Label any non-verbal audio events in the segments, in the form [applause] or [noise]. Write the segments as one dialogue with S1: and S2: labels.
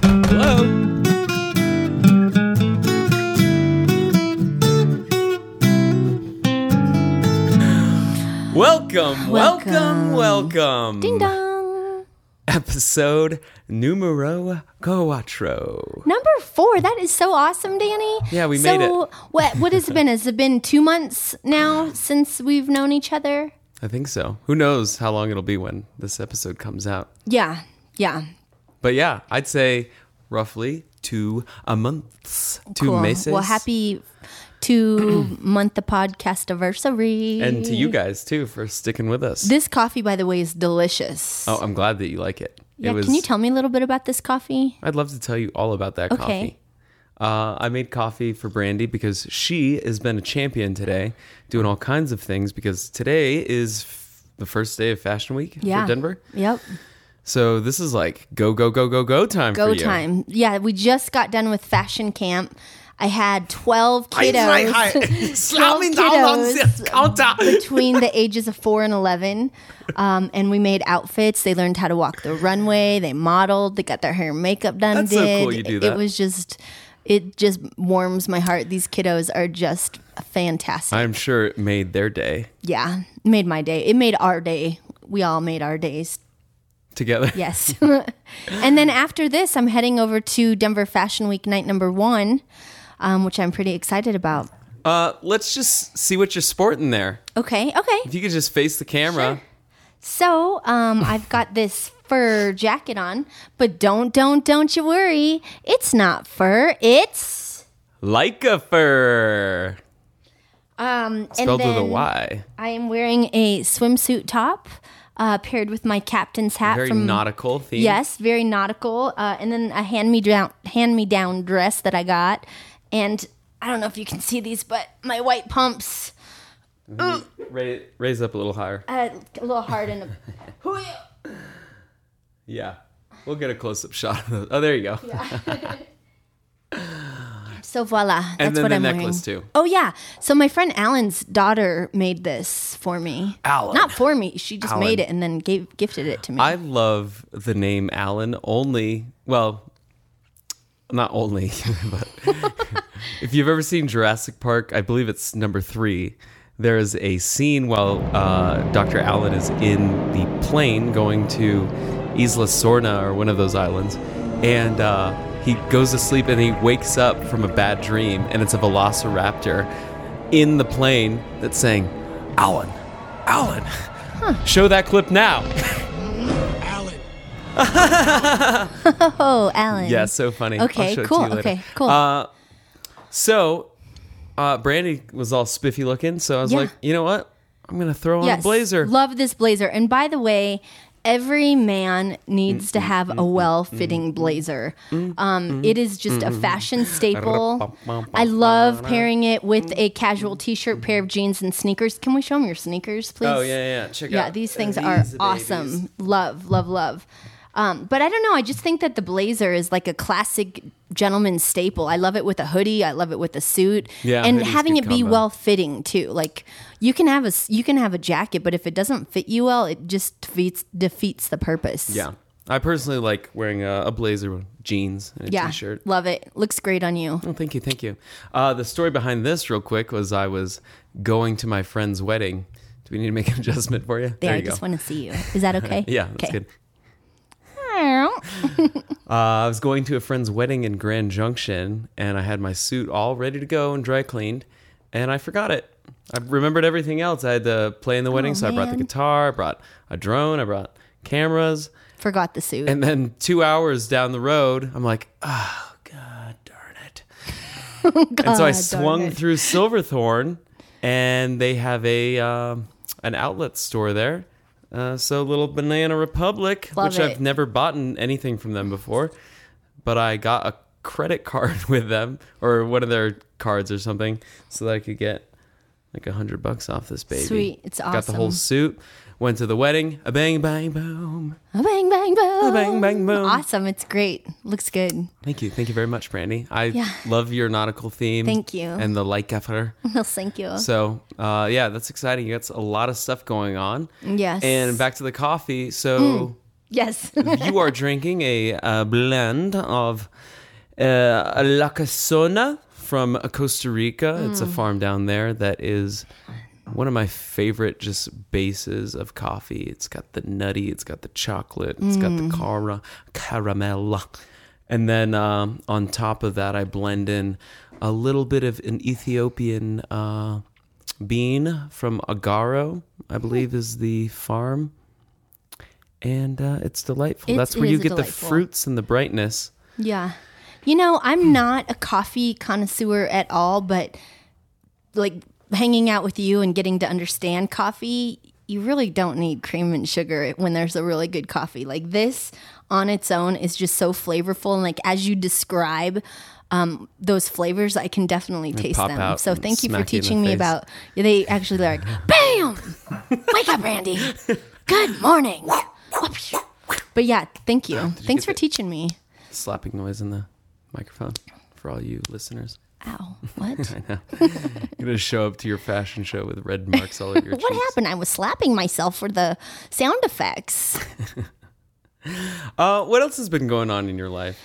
S1: hello. Welcome, welcome,
S2: Welcome.
S1: welcome.
S2: Ding dong.
S1: Episode numero cuatro.
S2: Number four. That is so awesome, Danny.
S1: Yeah, we
S2: so,
S1: made it.
S2: What what has it been? Has it been two months now since we've known each other?
S1: I think so. Who knows how long it'll be when this episode comes out.
S2: Yeah. Yeah.
S1: But yeah, I'd say roughly two a month, two
S2: cool.
S1: meses.
S2: Well, happy two [clears throat] month the podcast anniversary.
S1: and to you guys too for sticking with us.
S2: this coffee, by the way, is delicious.
S1: oh, I'm glad that you like it.
S2: yeah,
S1: it was,
S2: can you tell me a little bit about this coffee?
S1: I'd love to tell you all about that
S2: Okay.
S1: coffee. Uh, I made coffee for Brandy because she has been a champion today, doing all kinds of things because today is f- the first day of Fashion Week
S2: Yeah.
S1: for Denver.
S2: Yep.
S1: So this is like go go go go go time.
S2: Go
S1: for you.
S2: time. Yeah, we just got done with fashion camp. I had 12
S1: Eins, drei,
S2: kiddos. [laughs]
S1: drei. Slam ihn down
S2: Twelve
S1: on the counter.
S2: between the ages of four and 11. Um, and we made outfits. They learned how to walk the runway. They modeled. They got their hair and makeup done.
S1: That's
S2: did.
S1: so cool you do
S2: It
S1: that.
S2: was just, it just warms my heart. These kiddos are just fantastic.
S1: I'm sure it made their day
S2: yeah. Made my day. It made our day. We all made our days
S1: together.
S2: Yes. [laughs] and then after this, I'm heading over to Denver Fashion Week night number one, um, which I'm pretty excited about.
S1: Uh, let's just see what you're sporting there.
S2: Okay. Okay.
S1: If you could just face the camera.
S2: So
S1: [laughs]
S2: um, I've got this fur jacket on, but don't, don't, don't you worry. It's not fur. It's.
S1: Like a fur.
S2: Um,
S1: Spelled
S2: and
S1: with a
S2: then
S1: Y.
S2: I am wearing a swimsuit top uh, paired with my captain's hat
S1: Very
S2: from
S1: nautical theme.
S2: Yes, very nautical. Uh, and then a hand me down hand me down dress that I got, and I don't know if you can see these, but my white pumps
S1: Raise, raise up a little higher.
S2: uh, a little hard in the.
S1: Yeah. We'll get a close up shot of those. Oh, there you go.
S2: so voila, that's
S1: and then
S2: what
S1: the
S2: I'm
S1: necklace,
S2: wearing.
S1: too.
S2: Oh yeah, so my friend Alan's daughter made this for me.
S1: Alan.
S2: not for me. She just
S1: Alan.
S2: made it and then gave gifted it to me.
S1: I love the name Alan only, well, not only, [laughs] but if you've ever seen Jurassic Park, I believe it's number three. There is a scene while uh, Dr. Alan is in the plane going to Isla Sorna or one of those islands, and uh, he goes to sleep and he wakes up from a bad dream, and it's a velociraptor in the plane that's saying, Alan, Alan, show that clip now.
S2: oh, Alan.
S1: Yeah, so funny.
S2: Okay,
S1: I'll show
S2: cool,
S1: It to you later.
S2: okay, cool.
S1: Uh, so, uh, Brandy was all spiffy looking, so I was
S2: Yeah.
S1: like, you know what? I'm gonna throw on a
S2: Yes,
S1: blazer.
S2: Love this blazer. And by the way, every man needs
S1: Mm,
S2: to have a well-fitting blazer. um, it is just
S1: mm,
S2: a fashion staple. I love pairing it with a casual T-shirt, pair of jeans, and sneakers. Can we show them your sneakers, please?
S1: oh yeah, yeah. Check out.
S2: Yeah, these things
S1: these
S2: are
S1: babies.
S2: awesome. Love, love, love. Um, but I don't know. I just think that the blazer is like a classic gentleman's staple. I love it with a hoodie. I love it with a suit.
S1: Yeah,
S2: and
S1: hoodies
S2: having
S1: good
S2: it be
S1: combo.
S2: well fitting too. Like you can have a s- you can have a jacket, but if it doesn't fit you well, it just defeats defeats the purpose.
S1: Yeah, I personally like wearing a, a blazer with jeans and a
S2: yeah.
S1: shirt
S2: Love it. Looks great on you.
S1: Oh, thank you, thank you. Uh, the story behind this, real quick, was I was going to my friend's wedding. Do we need to make an [laughs] adjustment for you? There,
S2: There, I
S1: you
S2: just
S1: go.
S2: want to see you.
S1: [laughs]
S2: Is that okay?
S1: yeah, that's
S2: okay.
S1: good. Uh, I was going to a friend's wedding in Grand Junction, and I had my suit all ready to go and dry cleaned, and I forgot it. I remembered everything else. I had to play in the wedding, so I brought the
S2: man.
S1: guitar, I brought a drone, I brought cameras,
S2: Forgot the suit.
S1: and then two hours down the road, I'm like, oh god, darn
S2: [laughs]
S1: it! and so I
S2: Oh, God darn
S1: swung
S2: it.
S1: through Silverthorne, and they have a um, an outlet store there. Uh, so little Banana Republic,
S2: Love
S1: which I've
S2: it.
S1: never bought anything from them before, but I got a credit [laughs] card with them or one of their cards or something, so that I could get like a hundred bucks off this baby.
S2: Sweet. It's
S1: Got the whole
S2: awesome.
S1: suit. Went to the wedding. A bang bang boom.
S2: A bang bang boom.
S1: bang, bang, boom.
S2: Awesome. It's great. Looks good. [laughs]
S1: Thank you. Thank you very much, Brandy. I love your nautical theme.
S2: Thank you. Oh.
S1: And the light gaffer.
S2: Well, thank you.
S1: So, uh, yeah, that's exciting. You got a lot of stuff going on.
S2: yes. Mm.
S1: And back to the coffee. So,
S2: Yes. [laughs]
S1: you are drinking a, uh blend of uh, La Casona from Costa Rica. It's a farm down there that is one of my favorite just bases of coffee. It's got the nutty, it's got the chocolate, It's got the cara, caramel. And then um, on top of that, I blend in a little bit of an Ethiopian uh, bean from Agaro, I believe is the farm and uh, it's delightful.
S2: It's-
S1: That's
S2: it
S1: where you
S2: is
S1: get the
S2: delightful.
S1: fruits and the brightness.
S2: yeah. You know,
S1: Hmm.
S2: I'm not a coffee connoisseur at all, but like hanging out with you and getting to understand coffee, you really don't need cream and sugar when there's a really good coffee. Like this on its own is just so flavorful. And like as you describe, um, those flavors, I can definitely taste
S1: pop
S2: them.
S1: out
S2: So
S1: and
S2: thank you for
S1: smack you in the
S2: teaching me
S1: face.
S2: about. They actually they're
S1: [laughs]
S2: like, "Bam! Wake up, Randy.
S1: [laughs]
S2: Good morning." But yeah, thank you. Thanks
S1: get
S2: for
S1: that?
S2: teaching me.
S1: Slapping noise in the microphone for all you listeners.
S2: Ow! What?
S1: You're gonna show up to your fashion show with red marks all over your
S2: [laughs] What
S1: cheeks.
S2: happened? I was slapping myself for the sound effects.
S1: Uh, what else has been going on in your life?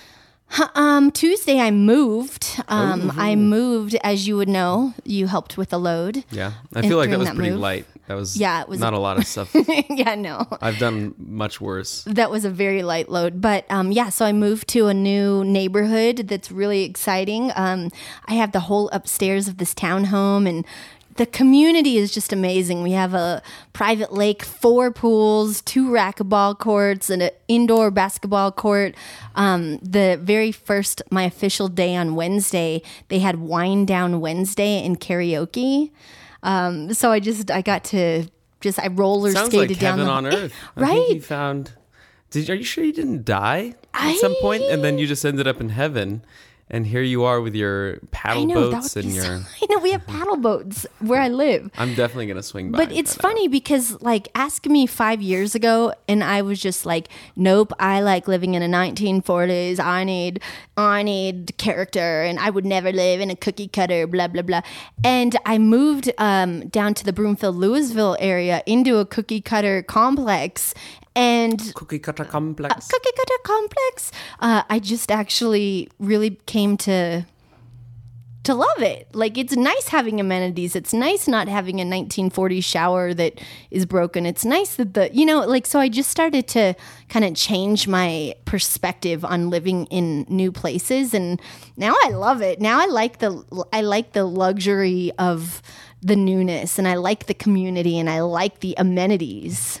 S2: Um, Tuesday I moved. Um, I moved, as you would know. You helped with the load. [laughs]
S1: Yeah, I feel like that
S2: during
S1: was
S2: that
S1: pretty
S2: move?
S1: light. That was
S2: Yeah, it was-
S1: not a lot of
S2: [laughs]
S1: stuff.
S2: yeah, no.
S1: I've done much worse.
S2: that was a very light load but um, yeah so i moved to a new neighborhood that's really exciting um, i have the whole upstairs of this townhome and the community is just amazing we have a private lake four pools two racquetball courts and an indoor basketball court um, the very first my official day on wednesday they had wine down wednesday and karaoke um, so i just i got to just i roller
S1: Sounds
S2: skated
S1: like
S2: down
S1: heaven
S2: the [laughs]
S1: on earth. I think
S2: right
S1: you found. Did are you sure you didn't die at some point, and then you just ended up in heaven, and here you are with your paddle boats and your. Mm-hmm.
S2: so- [laughs] I know we have paddle boats where I live.
S1: I'm definitely gonna swing by.
S2: But
S1: and
S2: it's
S1: find out.
S2: funny because like ask me 5 years ago and I was just like nope, I like living in a 1940s. I need I need character and I would never live in a cookie cutter blah blah blah. And I moved um down to the Broomfield Louisville area into a cookie cutter complex and
S1: Cookie cutter complex.
S2: cookie cutter complex. Uh, I just actually really came to to love it. Like it's nice having amenities. It's nice not having a 1940 shower that is broken. It's nice that the you know like so I just started to kind of change my perspective on living in new places and now I love it. Now I like the I like the luxury of the newness and I like the community and I like the amenities.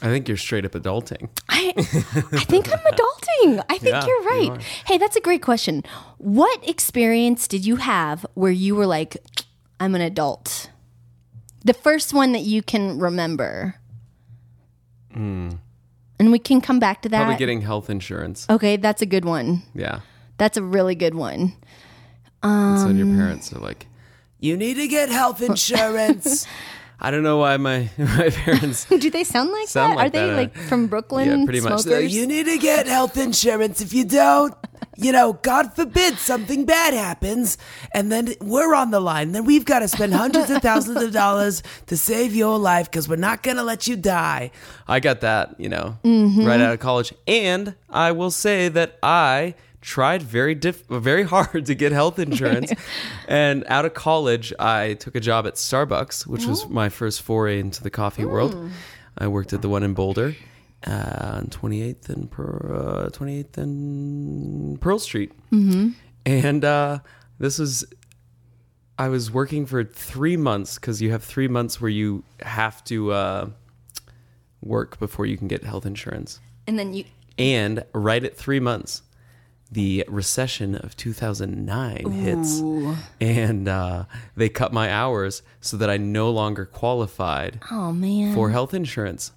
S1: I think you're straight up adulting.
S2: I, I think
S1: [laughs]
S2: I'm adulting. I think
S1: Yeah,
S2: you're
S1: you
S2: right.
S1: are.
S2: hey, that's a great question. What experience did you have where you were like, I'm an adult? The first one that you can remember. And we can come back to
S1: Hmm. Probably
S2: that.
S1: getting health insurance.
S2: okay, that's a good one.
S1: Yeah.
S2: That's a really good one.
S1: And so your parents are like, you need to get health insurance. I don't know why my, [laughs] my parents.
S2: [laughs] Do they sound like
S1: Sound
S2: that?
S1: like
S2: Are they
S1: that, uh,
S2: like from Brooklyn?
S1: Yeah, pretty much. They're like,
S2: smokers?
S1: You need to get health insurance. If you don't, you know, God forbid something bad happens, and then we're on the line. Then we've got to spend hundreds of thousands of dollars to save your life because we're not going to let you die. I got that, you know, right out of college. And I will say that I tried very diff- very hard [laughs] to get health insurance and out of college I took a job at Starbucks which was my first foray into the coffee world I worked at the one in Boulder uh, on 28th and per, uh, 28th and Pearl Street. Mm-hmm. And uh, this was I was working for three months because you have three months where you have to uh, work before you can get health insurance.
S2: and then you.
S1: And right at three months, the recession of 2009 hits, and uh, they cut my hours so that I no longer qualified
S2: Oh, man.
S1: for health insurance.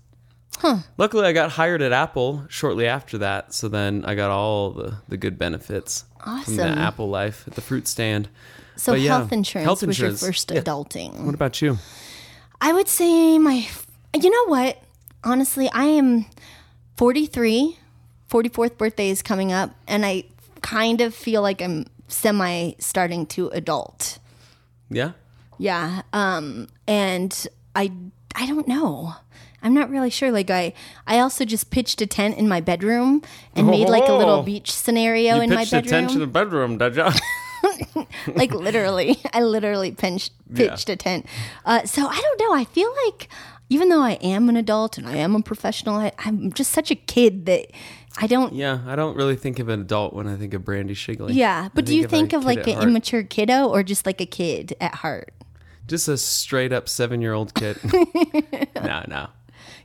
S1: Luckily, I got hired at Apple shortly after that, so then I got all the, the good benefits from the
S2: Awesome.
S1: Apple life at the fruit stand.
S2: so,
S1: but yeah,
S2: health, insurance
S1: health insurance,
S2: was your first
S1: yeah.
S2: adulting.
S1: What about you?
S2: I would say my, you know what? Honestly, I am 43. 44th birthday is coming up, and I kind of feel like I'm semi starting to adult.
S1: Yeah,
S2: Yeah. Um, and I, I don't know. I'm not really sure. Like I, I also just pitched a tent in my bedroom and made like a little
S1: Oh.
S2: beach scenario in my
S1: pitched a tent in
S2: bedroom.
S1: the bedroom, did ya? [laughs]
S2: like literally, [laughs] I literally pinched,
S1: Yeah.
S2: pitched a tent. Uh, so I don't know. I feel like even though I am an adult and I am a professional, I, I'm just such a kid that I don't. Yeah.
S1: yeah, I don't really think of an adult when I think of Brandy Shigley. I
S2: but do you
S1: a
S2: think of
S1: kid
S2: like
S1: at
S2: an
S1: heart.
S2: immature kiddo or just like a kid at heart?
S1: just a straight up seven year old
S2: [laughs]
S1: kid? [laughs] no, no.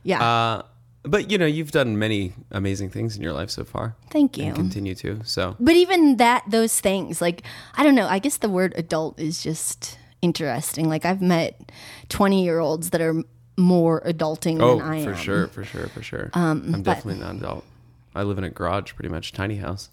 S2: Yeah.
S1: Uh, but you know, you've done many amazing things in your life so far.
S2: Thank you.
S1: Continue to. So
S2: but even that those things like i don't know i guess the word adult is just interesting like i've met 20 year olds that are more adulting
S1: Oh,
S2: than i
S1: for
S2: am Um,
S1: sure, for sure, for sure. I'm definitely not an adult. I live in a garage, pretty much, tiny house.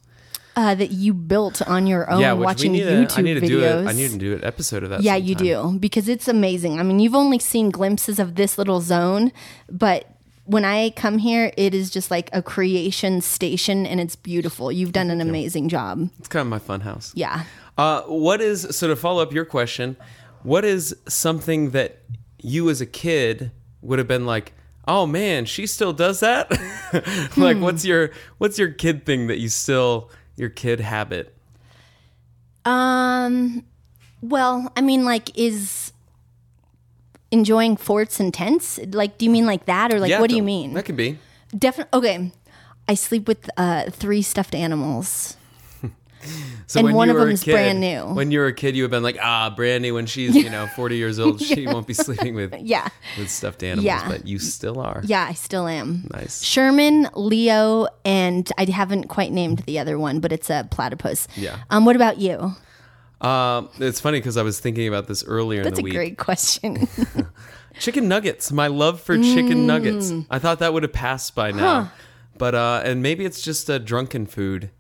S2: uh, that you built on your own
S1: which we
S2: Oh, watching
S1: need to-
S2: youtube
S1: I need to
S2: videos
S1: do it. I need to do an episode of that.
S2: yeah you
S1: sometime.
S2: do because it's amazing i mean you've only seen glimpses of this little zone but when i come here it is just like a creation station and it's beautiful you've done an amazing job
S1: It's kind of my fun house.
S2: yeah
S1: Uh, what is so to follow up your question? What is something that you as a kid would have been like? Oh man, she still does that. [laughs]
S2: Hmm.
S1: like, what's your what's your kid thing that you still your kid habit?
S2: Um, well, I mean, like, is enjoying forts intense? Like, do you mean like that, or like,
S1: Yeah,
S2: what do
S1: th-
S2: you mean?
S1: That could be.
S2: Definitely. Okay, I sleep with uh, three stuffed animals.
S1: So
S2: And
S1: when
S2: one
S1: you
S2: of
S1: were a
S2: them's
S1: kid-
S2: brand new.
S1: When you were a kid, you would have been like, ah, brand new. When she's you know forty years
S2: [laughs]
S1: old, she won't be sleeping with
S2: Yeah,
S1: with stuffed animals.
S2: Yeah.
S1: But you still are.
S2: yeah, I still am.
S1: Nice.
S2: Sherman, Leo, and I haven't quite named the other one, but it's a platypus.
S1: Yeah.
S2: Um, what about you?
S1: Um, it's funny because I was thinking about this earlier in
S2: That's
S1: the
S2: a
S1: week.
S2: great
S1: [laughs]
S2: question.
S1: chicken nuggets. My love for chicken nuggets. I thought that would have passed by now, but uh, and maybe it's just a drunken food,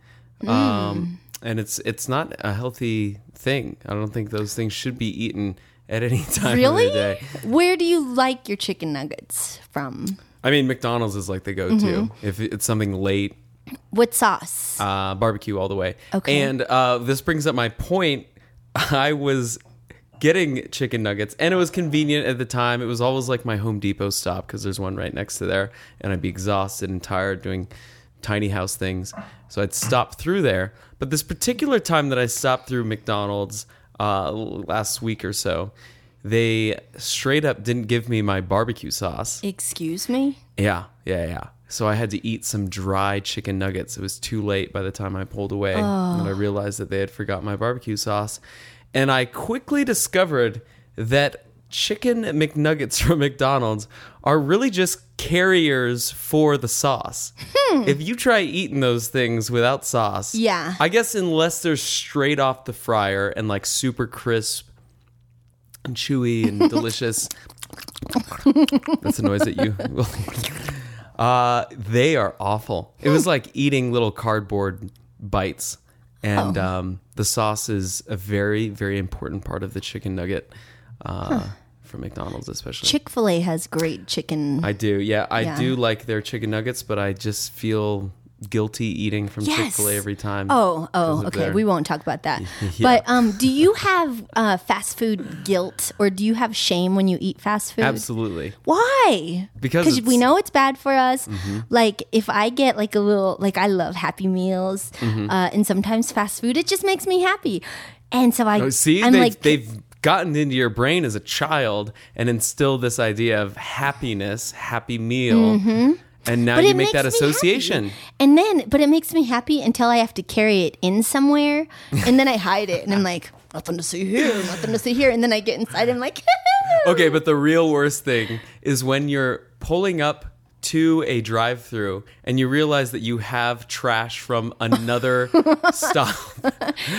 S1: um, and it's it's not a healthy thing. I don't think those things should be eaten at any [laughs] time
S2: really?
S1: of the day.
S2: Where do you like your chicken nuggets from?
S1: I mean, McDonald's is like the go-to if it's something late,
S2: What sauce?
S1: uh, barbecue all the way.
S2: Okay.
S1: And uh, this brings up my point. [laughs] I was getting chicken nuggets, and it was convenient at the time. It was always like my Home Depot stop because there's one right next to there, and I'd be exhausted and tired doing tiny house things, so I'd stop through there. But this particular time that I stopped through McDonald's uh, last week or so. They straight up didn't give me my barbecue sauce.
S2: Excuse me.
S1: Yeah, yeah, yeah. So I had to eat some dry chicken nuggets. It was too late by the time I pulled away, and I realized that they had forgot my barbecue sauce. And I quickly discovered that chicken McNuggets [laughs] from McDonald's are really just carriers for the sauce. If you try eating those things without sauce,
S2: Yeah.
S1: I guess unless they're straight off the fryer and like super crisp and chewy and delicious. That's a noise that
S2: [laughs]
S1: you. uh, they are awful. It was like eating little cardboard bites, and
S2: Oh.
S1: um, the sauce is a very, very important part of the chicken nugget uh, from McDonald's, especially.
S2: Chick fil A has great chicken.
S1: I do, yeah, I
S2: Yeah.
S1: do like their chicken nuggets, but I just feel guilty eating from
S2: Yes.
S1: Chick Fil A every time.
S2: oh,
S1: of
S2: oh, okay.
S1: their-
S2: We won't talk
S1: [laughs]
S2: about that. But um, do you have uh, fast food guilt or do you have shame when you eat fast food?
S1: absolutely.
S2: Why?
S1: Because
S2: because we
S1: it's- Mm-hmm.
S2: know it's bad for us. Like if I get like a little like I love Happy Meals
S1: Mm-hmm.
S2: uh, and sometimes fast food, it just makes me happy. And so I
S1: Oh, See,
S2: I'm
S1: they've,
S2: like
S1: they've gotten into your brain as a child and instilled this idea of happiness, happy meal, and now
S2: Mm-hmm. But
S1: you make that
S2: it makes me happy.
S1: association.
S2: And then, but it makes me happy until I have to carry it in somewhere, and then I hide it, and I'm like, nothing to see here, nothing to see here, and then I get inside, and I'm like, [laughs]
S1: Okay, but the real worst thing is when you're pulling up to a drive-through and you realize that you have trash from
S2: [laughs]
S1: another stop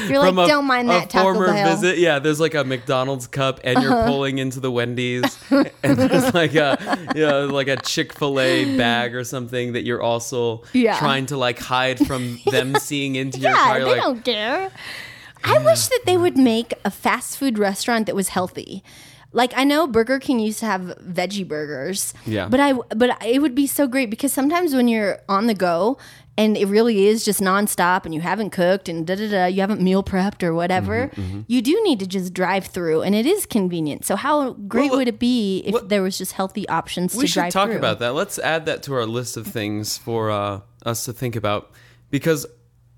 S2: you're like,
S1: from a,
S2: don't mind
S1: a
S2: that Taco
S1: former
S2: Bell. Uh-huh.
S1: visit yeah there's like a mcdonald's cup and you're pulling into the
S2: [laughs]
S1: wendy's and there's like a you know, like a chick-fil-a bag or something that you're also
S2: Yeah.
S1: trying to like hide
S2: [laughs]
S1: from them seeing into your
S2: Yeah,
S1: car
S2: they
S1: like "Mm,
S2: don't care. I wish that they would make a fast food restaurant that was healthy. Like I know Burger King used to have veggie burgers.
S1: Yeah.
S2: But I but it would be so great because sometimes when you're on the go and it really is just nonstop and you haven't cooked and da da da you haven't meal prepped or whatever,
S1: Mm-hmm,
S2: you do need to just drive through and it is convenient. So how great
S1: Well,
S2: would it be if
S1: what-
S2: there was just healthy options
S1: we
S2: to
S1: should
S2: drive
S1: talk
S2: through?
S1: about that. Let's add that to our list of things for uh, us to think about because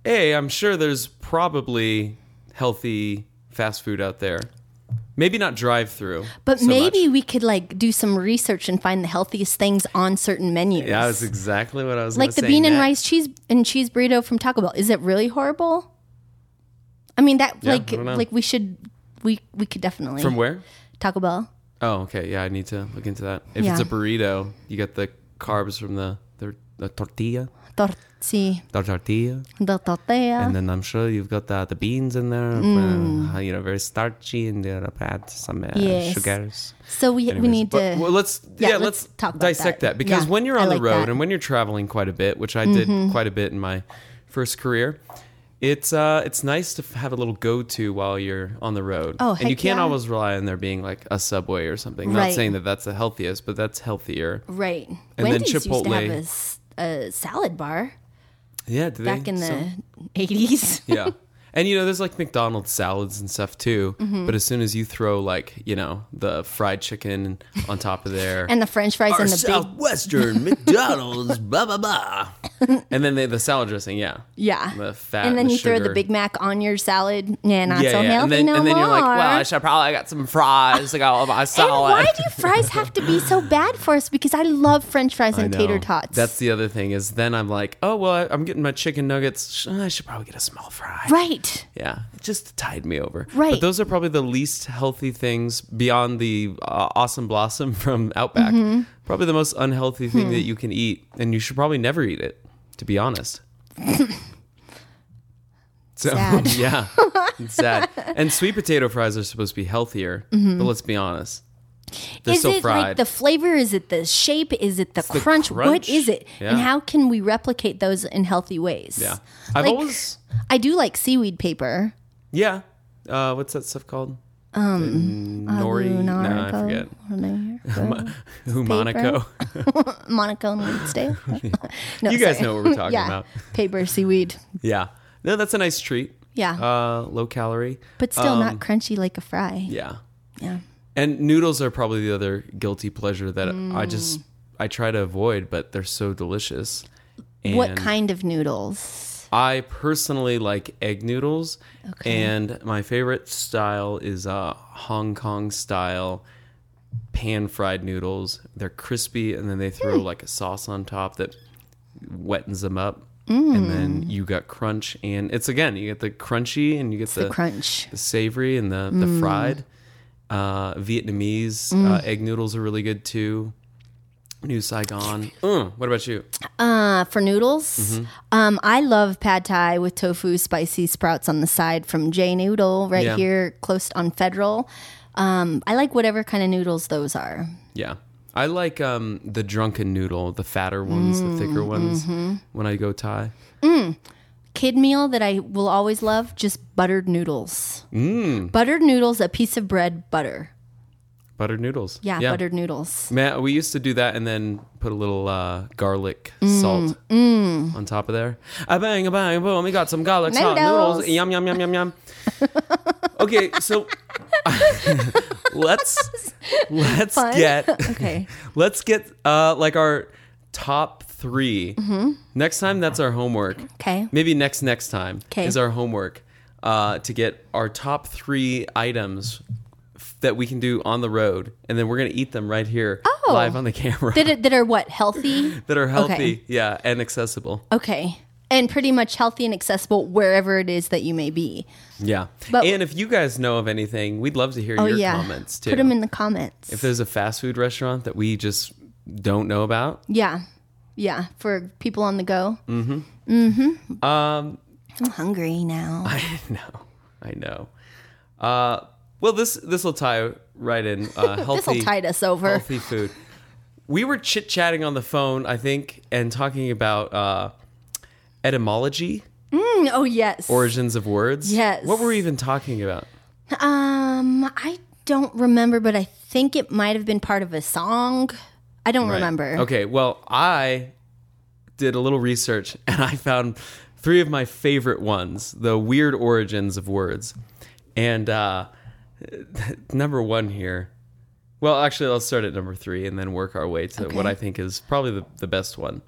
S1: a I'm sure there's probably healthy fast food out there. Maybe not drive through,
S2: But maybe we could like do some research and find the healthiest things on certain menus.
S1: Yeah, that's exactly what I was
S2: like
S1: gonna
S2: the
S1: say
S2: bean and
S1: next.
S2: rice cheese and cheese burrito from Taco Bell. Is it really horrible? I mean that
S1: Yeah,
S2: like
S1: I don't know.
S2: like we should we we could definitely
S1: from where?
S2: Taco Bell.
S1: Oh, okay. Yeah, I need to look into that. If it's
S2: Yeah.
S1: a burrito, you get the carbs from the the, the tortilla,
S2: Torti,
S1: the tortilla,
S2: the tortilla.
S1: and then I'm sure you've got the, the beans in there.
S2: Mm.
S1: uh, you know, very starchy, and they'll add some uh,
S2: Yes.
S1: sugars.
S2: so we we need
S1: But-
S2: to
S1: well, let's yeah,
S2: yeah,
S1: let's,
S2: let's talk about
S1: dissect that,
S2: that.
S1: because
S2: Yeah,
S1: when you're
S2: I
S1: on the
S2: like
S1: road
S2: that. Mm-hmm.
S1: and when you're traveling quite a bit, which I did quite a bit in my first career, it's uh it's nice to f- have a little go to while you're on the road.
S2: Oh,
S1: and you
S2: heck
S1: can't
S2: yeah.
S1: always rely on there being like a subway or something. Not
S2: Right.
S1: saying that that's the healthiest, but that's healthier.
S2: right.
S1: then
S2: Wendy's used to
S1: Chipotle.
S2: have a s- a, salad bar
S1: Yeah, do
S2: back
S1: they?
S2: in
S1: So-
S2: the eighties.
S1: [laughs]
S2: [laughs]
S1: yeah. And you know, there's like McDonald's salads and stuff too.
S2: Mm-hmm.
S1: But as soon as you throw like, you know, the fried chicken on top of there,
S2: [laughs] and the French fries and the big
S1: Southwestern McDonald's, blah blah blah. And then they, the salad dressing, yeah,
S2: yeah.
S1: the fat
S2: and then
S1: the
S2: you throw the
S1: sugar.
S2: Big Mac on your salad. Yeah, not
S1: yeah,
S2: so
S1: yeah.
S2: healthy
S1: and then,
S2: no
S1: and then
S2: more.
S1: you're like, well, I should probably got some fries. I got my
S2: [laughs] And
S1: salad.
S2: why do fries have to be so bad for us? Because I love French fries
S1: [laughs]
S2: and
S1: I know.
S2: tater tots.
S1: That's the other thing is then I'm like, oh well, I- I'm getting my chicken nuggets. Sh- I should probably get a small fry.
S2: right.
S1: Yeah, it just tide me over. But
S2: Right.
S1: those are probably the least healthy things beyond the uh, awesome blossom [laughs] from Outback.
S2: Mm-hmm.
S1: Probably the most unhealthy
S2: Hmm.
S1: thing that you can eat, and you should probably never eat it, to be
S2: [laughs]
S1: honest. so,
S2: Sad.
S1: yeah, it's sad. And sweet potato fries are supposed to be healthier, but let's be honest, [laughs] they're
S2: Mm-hmm. is
S1: still
S2: it
S1: fried.
S2: like the flavor? Is it the shape? Is it the,
S1: the
S2: crunch?
S1: crunch.
S2: What is it?
S1: Yeah.
S2: And how can we replicate those in healthy ways?
S1: yeah, I've
S2: like-
S1: always
S2: I do like seaweed paper.
S1: yeah. Uh, what's that stuff called? Um, nori. No, I
S2: Monaco.
S1: forget. [laughs]
S2: [laughs] Monaco.
S1: Who Monaco?
S2: Monaco and Wednesday. [laughs] no,
S1: [laughs] You guys
S2: sorry.
S1: know what we're talking
S2: [laughs] yeah.
S1: about.
S2: Paper, seaweed.
S1: [laughs] Yeah. No, that's a nice treat.
S2: Yeah.
S1: Uh, um, low calorie.
S2: But still not crunchy like a fry.
S1: Yeah.
S2: Yeah.
S1: And noodles are probably the other guilty pleasure that I
S2: Mm.
S1: just I try to avoid, but they're so delicious. And
S2: What kind of noodles?
S1: I personally like egg noodles, and my favorite style is uh, Hong Kong style pan fried noodles. They're crispy, and then they throw like a sauce on top that wettens them up, and
S2: Mm.
S1: then you got crunch. And it's again, you get the crunchy, and you get
S2: The crunch. Mm.
S1: the savory and the, the fried. Uh, Vietnamese uh, egg noodles are really good too. New Saigon. Mm, what about you?
S2: Uh, for noodles, um, I love pad thai with tofu, spicy sprouts on the side from J Noodle right
S1: Yeah.
S2: here, close on Federal. Um, I like whatever kind of noodles those are.
S1: Yeah. I like um, the drunken noodle, the fatter ones, the thicker
S2: Mm,
S1: ones
S2: mm-hmm.
S1: when I go Thai.
S2: Kid meal that I will always love: just buttered noodles. Mm. Buttered noodles, a piece of bread, butter.
S1: Buttered noodles.
S2: Yeah, buttered
S1: [laughs]
S2: noodles.
S1: Man, we used to do that and then put a little uh, garlic
S2: Mm,
S1: salt on top of there. A bang, a bang, boom. We got some garlic salt
S2: Noodles.
S1: noodles. Yum, yum, yum, yum,
S2: [laughs]
S1: yum. okay, so [laughs] let's let's
S2: Fun.
S1: get
S2: Okay,
S1: let's get uh, like our top 3 Next time, that's our homework.
S2: Mm-hmm. okay.
S1: Maybe next next time
S2: 'Kay.
S1: is our homework uh, to get our top three items f- that we can do on the road, and then we're gonna eat them right here
S2: Oh.
S1: live on the camera
S2: That are, that are what healthy?
S1: [laughs] that are healthy, yeah, and accessible.
S2: Okay, and pretty much healthy and accessible wherever it is that you may be.
S1: Yeah,
S2: But-
S1: and if you guys know of anything, we'd love to hear
S2: Oh
S1: your
S2: yeah,
S1: comments too.
S2: Put them in the comments.
S1: if there's a fast food restaurant that we just don't know about,
S2: Yeah. Yeah. For people on the go. Mm hmm. Mm
S1: Mm-hmm.
S2: hmm. Um, I'm hungry now.
S1: [laughs] I know, I know. Uh, well, this this will tie right in. Uh,
S2: [laughs] this will
S1: healthy.
S2: tide us over.
S1: healthy food. We were chit chatting on the phone, I think, and talking about uh, etymology,
S2: Mm, [laughs] oh, yes.
S1: origins of words.
S2: Yes.
S1: What were we even talking about?
S2: um, I don't remember, but I think it might have been part of a song. I don't
S1: Right.
S2: remember.
S1: Okay, well, I did a little research [laughs] and I found three of my favorite ones, the weird origins of words. And uh, [laughs] number one here, well, actually, let's start at number three and then work our way to what
S2: Okay.
S1: I think is probably the, the best one.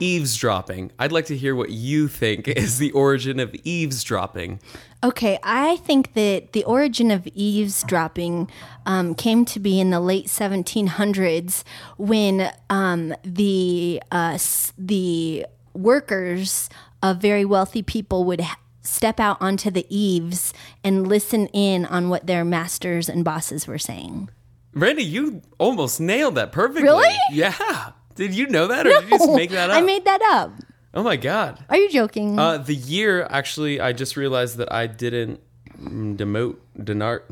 S1: Eavesdropping. I'd like to hear what you think [laughs] is the origin of eavesdropping.
S2: Okay, I think that the origin of eavesdropping um, came to be in the late 1700s when um, the uh, s- the workers of very wealthy people would h- step out onto the eaves and listen in on what their masters and bosses were saying.
S1: Randy, you almost nailed that perfectly.
S2: Really?
S1: Yeah. Did you know that or did you just make that up?
S2: I made that up.
S1: oh my God.
S2: Are you joking? [laughs]
S1: Uh, the year actually, I just realized that I didn't mm, demote denart.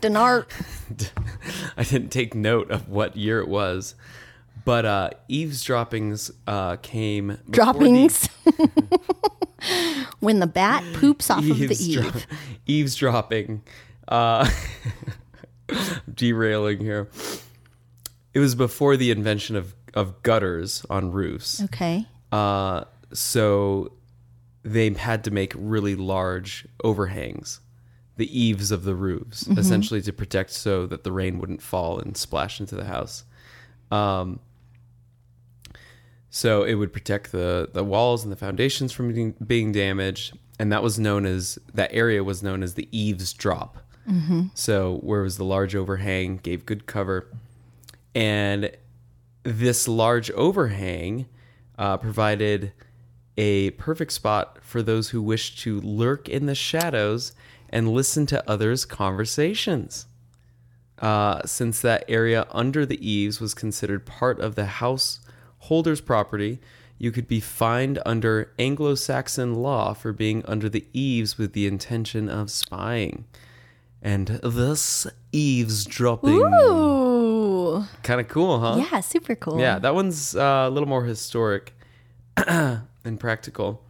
S1: [laughs]
S2: Dinar.
S1: I didn't take note of what year it was, but uh, eavesdroppings uh, came before the- [laughs]
S2: droppings. when the bat poops off of the
S1: eavesdro-
S2: eave.
S1: [laughs] eavesdropping. Uh, [laughs] derailing here. It was before the invention of of gutters on roofs.
S2: Okay.
S1: Uh, so they had to make really large overhangs, the eaves of the roofs, essentially to protect so that the rain wouldn't fall and splash into the house. Um, so it would protect the, the walls and the foundations from being, being damaged. And that was known as, that area was known as the eavesdrop. So where was the large overhang, gave good cover. And this large overhang uh, provided a perfect spot for those who wished to lurk in the shadows and listen to others' conversations. Uh, since that area under the eaves was considered part of the householder's property, you could be fined under Anglo Saxon law for being under the eaves with the intention of spying. And thus, eavesdropping.
S2: Ooh.
S1: Kind of cool, huh?
S2: Yeah, super cool.
S1: Yeah, that one's uh, a little more historic [clears throat] and practical.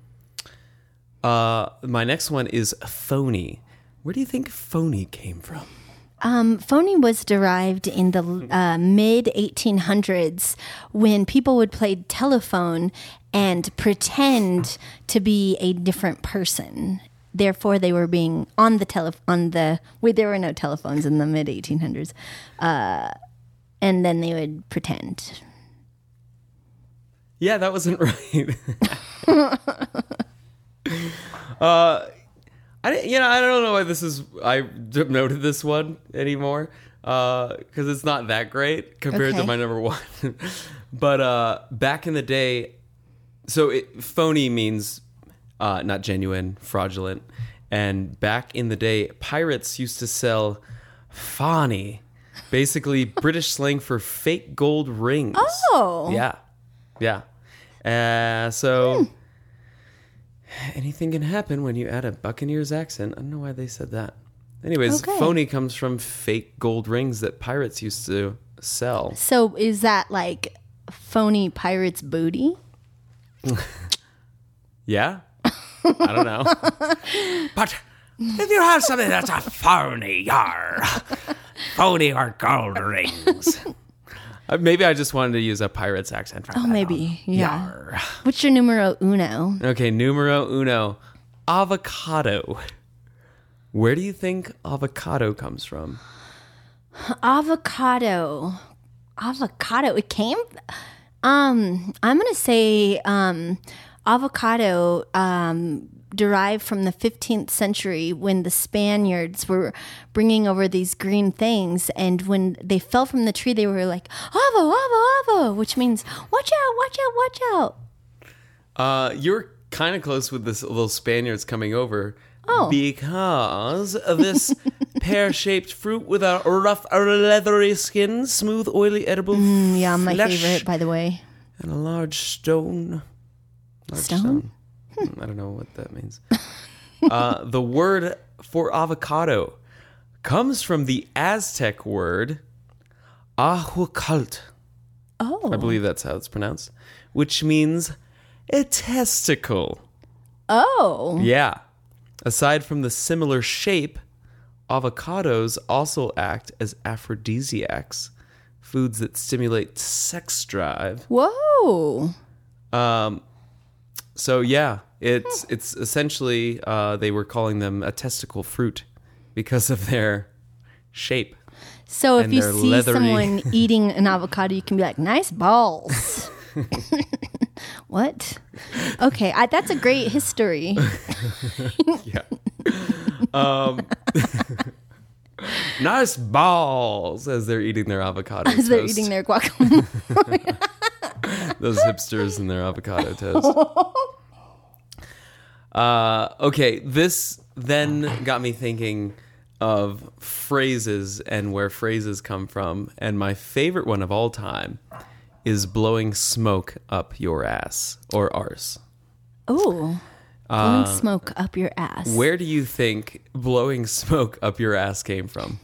S1: Uh, my next one is phony. Where do you think phony came from?
S2: Um, phony was derived in the uh, mid 1800s when people would play telephone and pretend to be a different person. Therefore, they were being on the tele on the. Wait, there were no telephones in the mid 1800s, uh, and then they would pretend.
S1: Yeah, that wasn't [laughs] right.
S2: [laughs]
S1: uh, Uh, I didn't- you know I don't know why this is I d- noted this one anymore because it's not that great compared to
S2: Okay.
S1: my number [laughs] one. but uh, back in the day, so it, phony means uh, not genuine, fraudulent, and back in the day, pirates used to sell fawny, basically British slang for fake gold rings.
S2: Oh.
S1: Yeah. Yeah. Uh, so anything can happen when you add a Buccaneers accent. I don't know why they said that. Anyways,
S2: Okay.
S1: phony comes from fake gold rings that pirates used to sell.
S2: So, is that like phony pirates' booty?
S1: Yeah? I don't know.
S2: [laughs]
S3: But if you have something that's a phony, yar, phony or gold
S2: [laughs]
S3: rings,
S1: Uh, Maybe I just wanted to use a pirates accent. For
S2: Oh,
S1: that.
S2: maybe. Yeah.
S3: yar.
S2: What's your numero uno?
S1: Okay, numero uno avocado. Where do you think avocado comes from?
S2: avocado avocado it came um i'm gonna say um avocado um derived from the 15th century when the spaniards were bringing over these green things and when they fell from the tree they were like avo avo avo which means watch out watch out watch out
S1: Uh, you're kind of close with this little Spaniards coming over. Oh. Because of
S2: [laughs]
S1: this pear shaped fruit with a rough, leathery skin, smooth, oily, edible
S2: Mm, yeah my
S1: flesh,
S2: favorite by the way
S1: and a large
S2: [laughs]
S1: stone. Large
S2: Stone?
S1: Mm, I don't know what that means. uh, the word for avocado comes from the Aztec word ahuacalt. I
S2: oh
S1: believe that's how it's pronounced, which means a testicle.
S2: oh
S1: Yeah. Aside from the similar shape, Avocados also act as aphrodisiacs, foods that stimulate sex drive.
S2: Whoa.
S1: So yeah, it's it's essentially uh, they were calling them a testicle fruit because of their shape.
S2: So if
S1: And
S2: you
S1: they're
S2: see
S1: leathery. [laughs]
S2: someone eating an avocado, you can be like, "Nice balls." what? Okay, I, that's a great history.
S1: Yeah. um, nice balls as they're eating their avocados.
S2: As they're
S1: toast.
S2: eating their
S1: [laughs]
S2: guacamole.
S1: those hipsters and their avocado toast. Uh, okay, this then got me thinking of phrases and where phrases come from, and my favorite one of all time is blowing smoke up your ass or arse.
S2: Ooh, blowing
S1: Uh,
S2: smoke up your ass.
S1: Where do you think blowing smoke up your ass came from?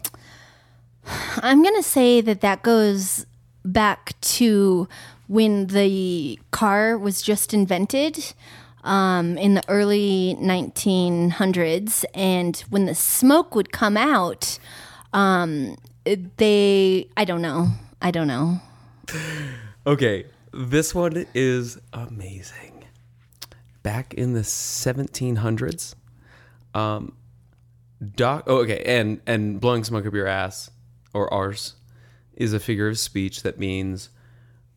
S2: I'm gonna say that that goes back to when the car was just invented um, in the early 1900s, and when the smoke would come out, um, it- they I don't know, I don't know.
S1: Okay, this one is amazing. Back in the 1700s, um, doc. Oh, okay, and and blowing smoke up your ass or arse is a figure of speech that means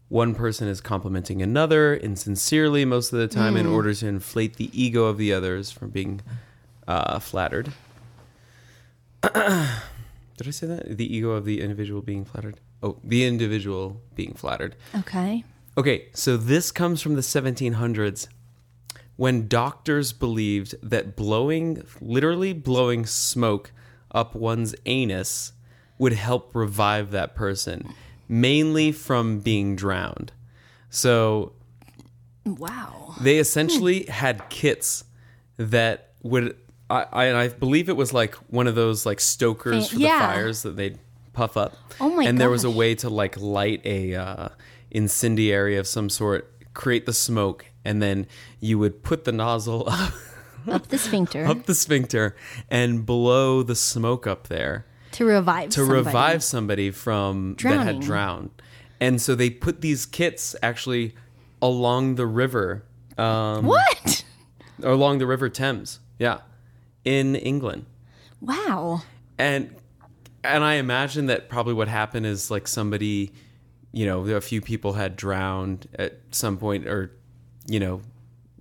S1: one person is complimenting another insincerely most of the time in order to inflate the ego of the others from being uh, flattered. [clears throat] Did I say that? The ego of the individual being flattered. Oh, the individual being flattered.
S2: Okay.
S1: Okay, so this comes from the 1700s when doctors believed that blowing, literally blowing smoke up one's anus would help revive that person, mainly from being drowned. So
S2: Wow.
S1: they essentially had kits that would I, I, and I believe it was like one of those like stokers
S2: Fan-
S1: for
S2: yeah.
S1: the fires that they'd puff up.
S2: Oh my
S1: And there was a
S2: gosh.
S1: way to like light a uh, incendiary of some sort, create the smoke, and then you would put the nozzle [laughs] up,
S2: Up the sphincter
S1: up the sphincter and blow the smoke up there
S2: to revive.
S1: to revive somebody from that had
S2: Drowning.
S1: drowned. And so they put these kits actually along the river
S2: What?
S1: along the River Thames. Yeah, in England,
S2: Wow.
S1: and and I imagine that probably what happened is like somebody, you know, a few people had drowned at some point, or you know,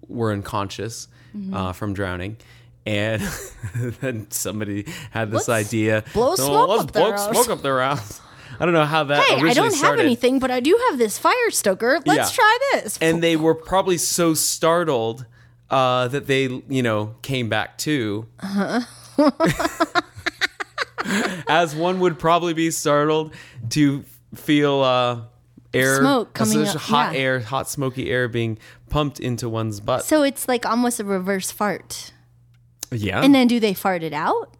S1: were unconscious
S2: Mm-hmm.
S1: uh, from drowning. And [laughs] then somebody had this
S2: Let's
S1: idea.
S2: blow
S1: "Oh,
S2: smoke
S1: let's
S2: up
S1: blow
S2: their ass."
S1: smoke up their ass. I don't know how that.
S2: Hey, I
S1: originally
S2: don't have
S1: started.
S2: anything, but I do have this fire stoker. Let's
S1: Yeah.
S2: try this.
S1: and they were probably so startled uh, that they, you know, came back too.
S2: Uh-huh.
S1: [laughs] As one would probably be startled to feel uh, air,
S2: Smoke coming
S1: such
S2: up,
S1: hot
S2: yeah.
S1: air, hot smoky air being pumped into one's butt.
S2: so it's like almost a reverse fart.
S1: yeah,
S2: And then do they fart it out?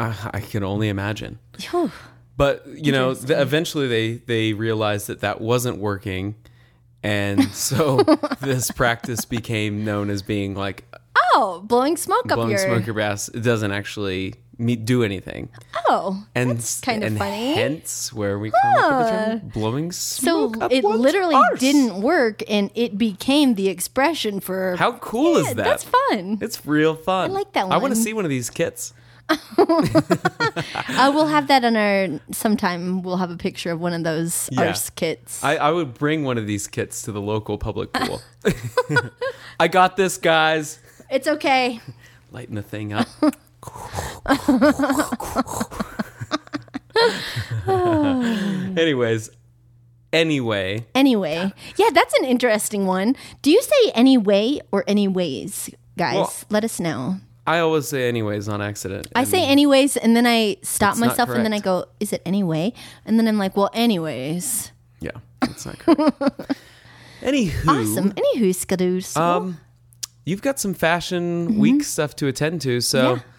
S1: I, I can only imagine.
S2: Whew.
S1: But you know, th- eventually they they realized that that wasn't working, and
S2: [laughs]
S1: so this practice became known as being like
S2: Oh, blowing smoke up
S1: blowing
S2: your.
S1: smoke up your ass it doesn't actually me do anything.
S2: Oh,
S1: And
S2: kind of
S1: and
S2: funny.
S1: Hence where we come up with the term blowing
S2: so
S1: smoke. up
S2: it
S1: one's
S2: literally
S1: arse.
S2: didn't work, and it became the expression for.
S1: How cool
S2: Yeah,
S1: is that?
S2: That's fun.
S1: It's real fun. I
S2: like that
S1: I want
S2: one.
S1: to see one of these kits.
S2: Uh, we'll have that on our sometime. We'll have a picture of one of those
S1: Yeah.
S2: arse kits.
S1: I, I would bring one of these kits to the local
S2: [laughs]
S1: public pool. [laughs] I got this, guys.
S2: it's okay.
S1: Lighten the thing
S2: [laughs]
S1: up. [laughs] Anyways, anyway,
S2: Anyway, yeah, that's an interesting one. Do you say anyway or anyways, guys?
S1: Well,
S2: Let us know.
S1: I always say anyways on accident.
S2: I say anyways, and then I stop
S1: not
S2: myself, and then I go, "Is it anyway?" And then I'm like, "Well, anyways."
S1: Yeah, that's not correct. [laughs] Anywho,
S2: Awesome. Anywho, skadoos.
S1: um, you've got some fashion week stuff to attend to, so
S2: Mm-hmm. Yeah.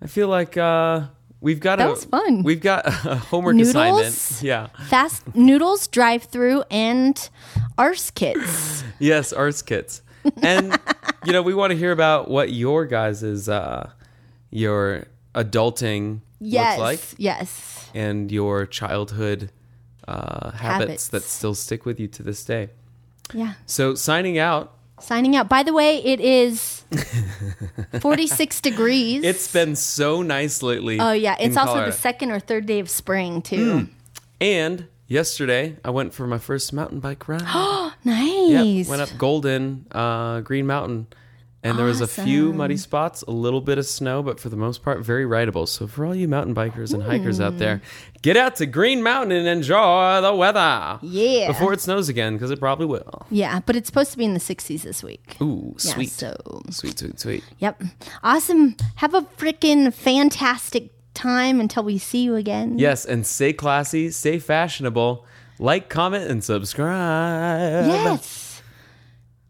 S1: I feel like uh, we've got
S2: That
S1: a
S2: was fun.
S1: We've got a [laughs] homework
S2: Noodles?
S1: assignment. Yeah.
S2: Fast noodles, drive through, and arse kits.
S1: Yes, arts
S2: [laughs]
S1: kits, and you know we want to hear about what your guys' uh, your adulting
S2: yes,
S1: looks like
S2: yes,
S1: and your childhood uh, habits,
S2: Habits.
S1: that still stick with you to this day.
S2: yeah.
S1: So signing out.
S2: Signing out. By the way, it
S1: [laughs]
S2: is 46 degrees.
S1: It's been so nice lately.
S2: oh yeah,
S1: in
S2: it's also
S1: Colorado.
S2: the second or third day of spring too.
S1: And yesterday, I went for my first mountain bike
S2: [gasps]
S1: ride. Yep,
S2: Nice.
S1: went up Golden uh, Green Mountain, and there was a few muddy spots, a little bit of snow, but for the most part, very rideable. So for all you mountain bikers and hikers out there,
S2: Hmm.
S1: get out to Green Mountain and enjoy the weather.
S2: Yeah.
S1: Before it snows again, because it probably will.
S2: Yeah, but it's supposed to be in the 60s this week.
S1: Ooh,
S2: Yeah,
S1: sweet,
S2: so,
S1: sweet, sweet, sweet.
S2: yep. Awesome. Have a freaking fantastic time until we see you again.
S1: Yes, and stay classy, stay fashionable. Like, comment, and subscribe.
S2: Yes.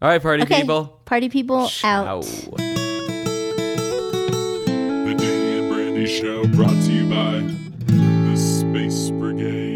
S1: All right, party
S2: Okay.
S1: people.
S2: Party people out.
S1: Ciao.
S4: The Danny and Brandy Show brought to you by the Space Brigade.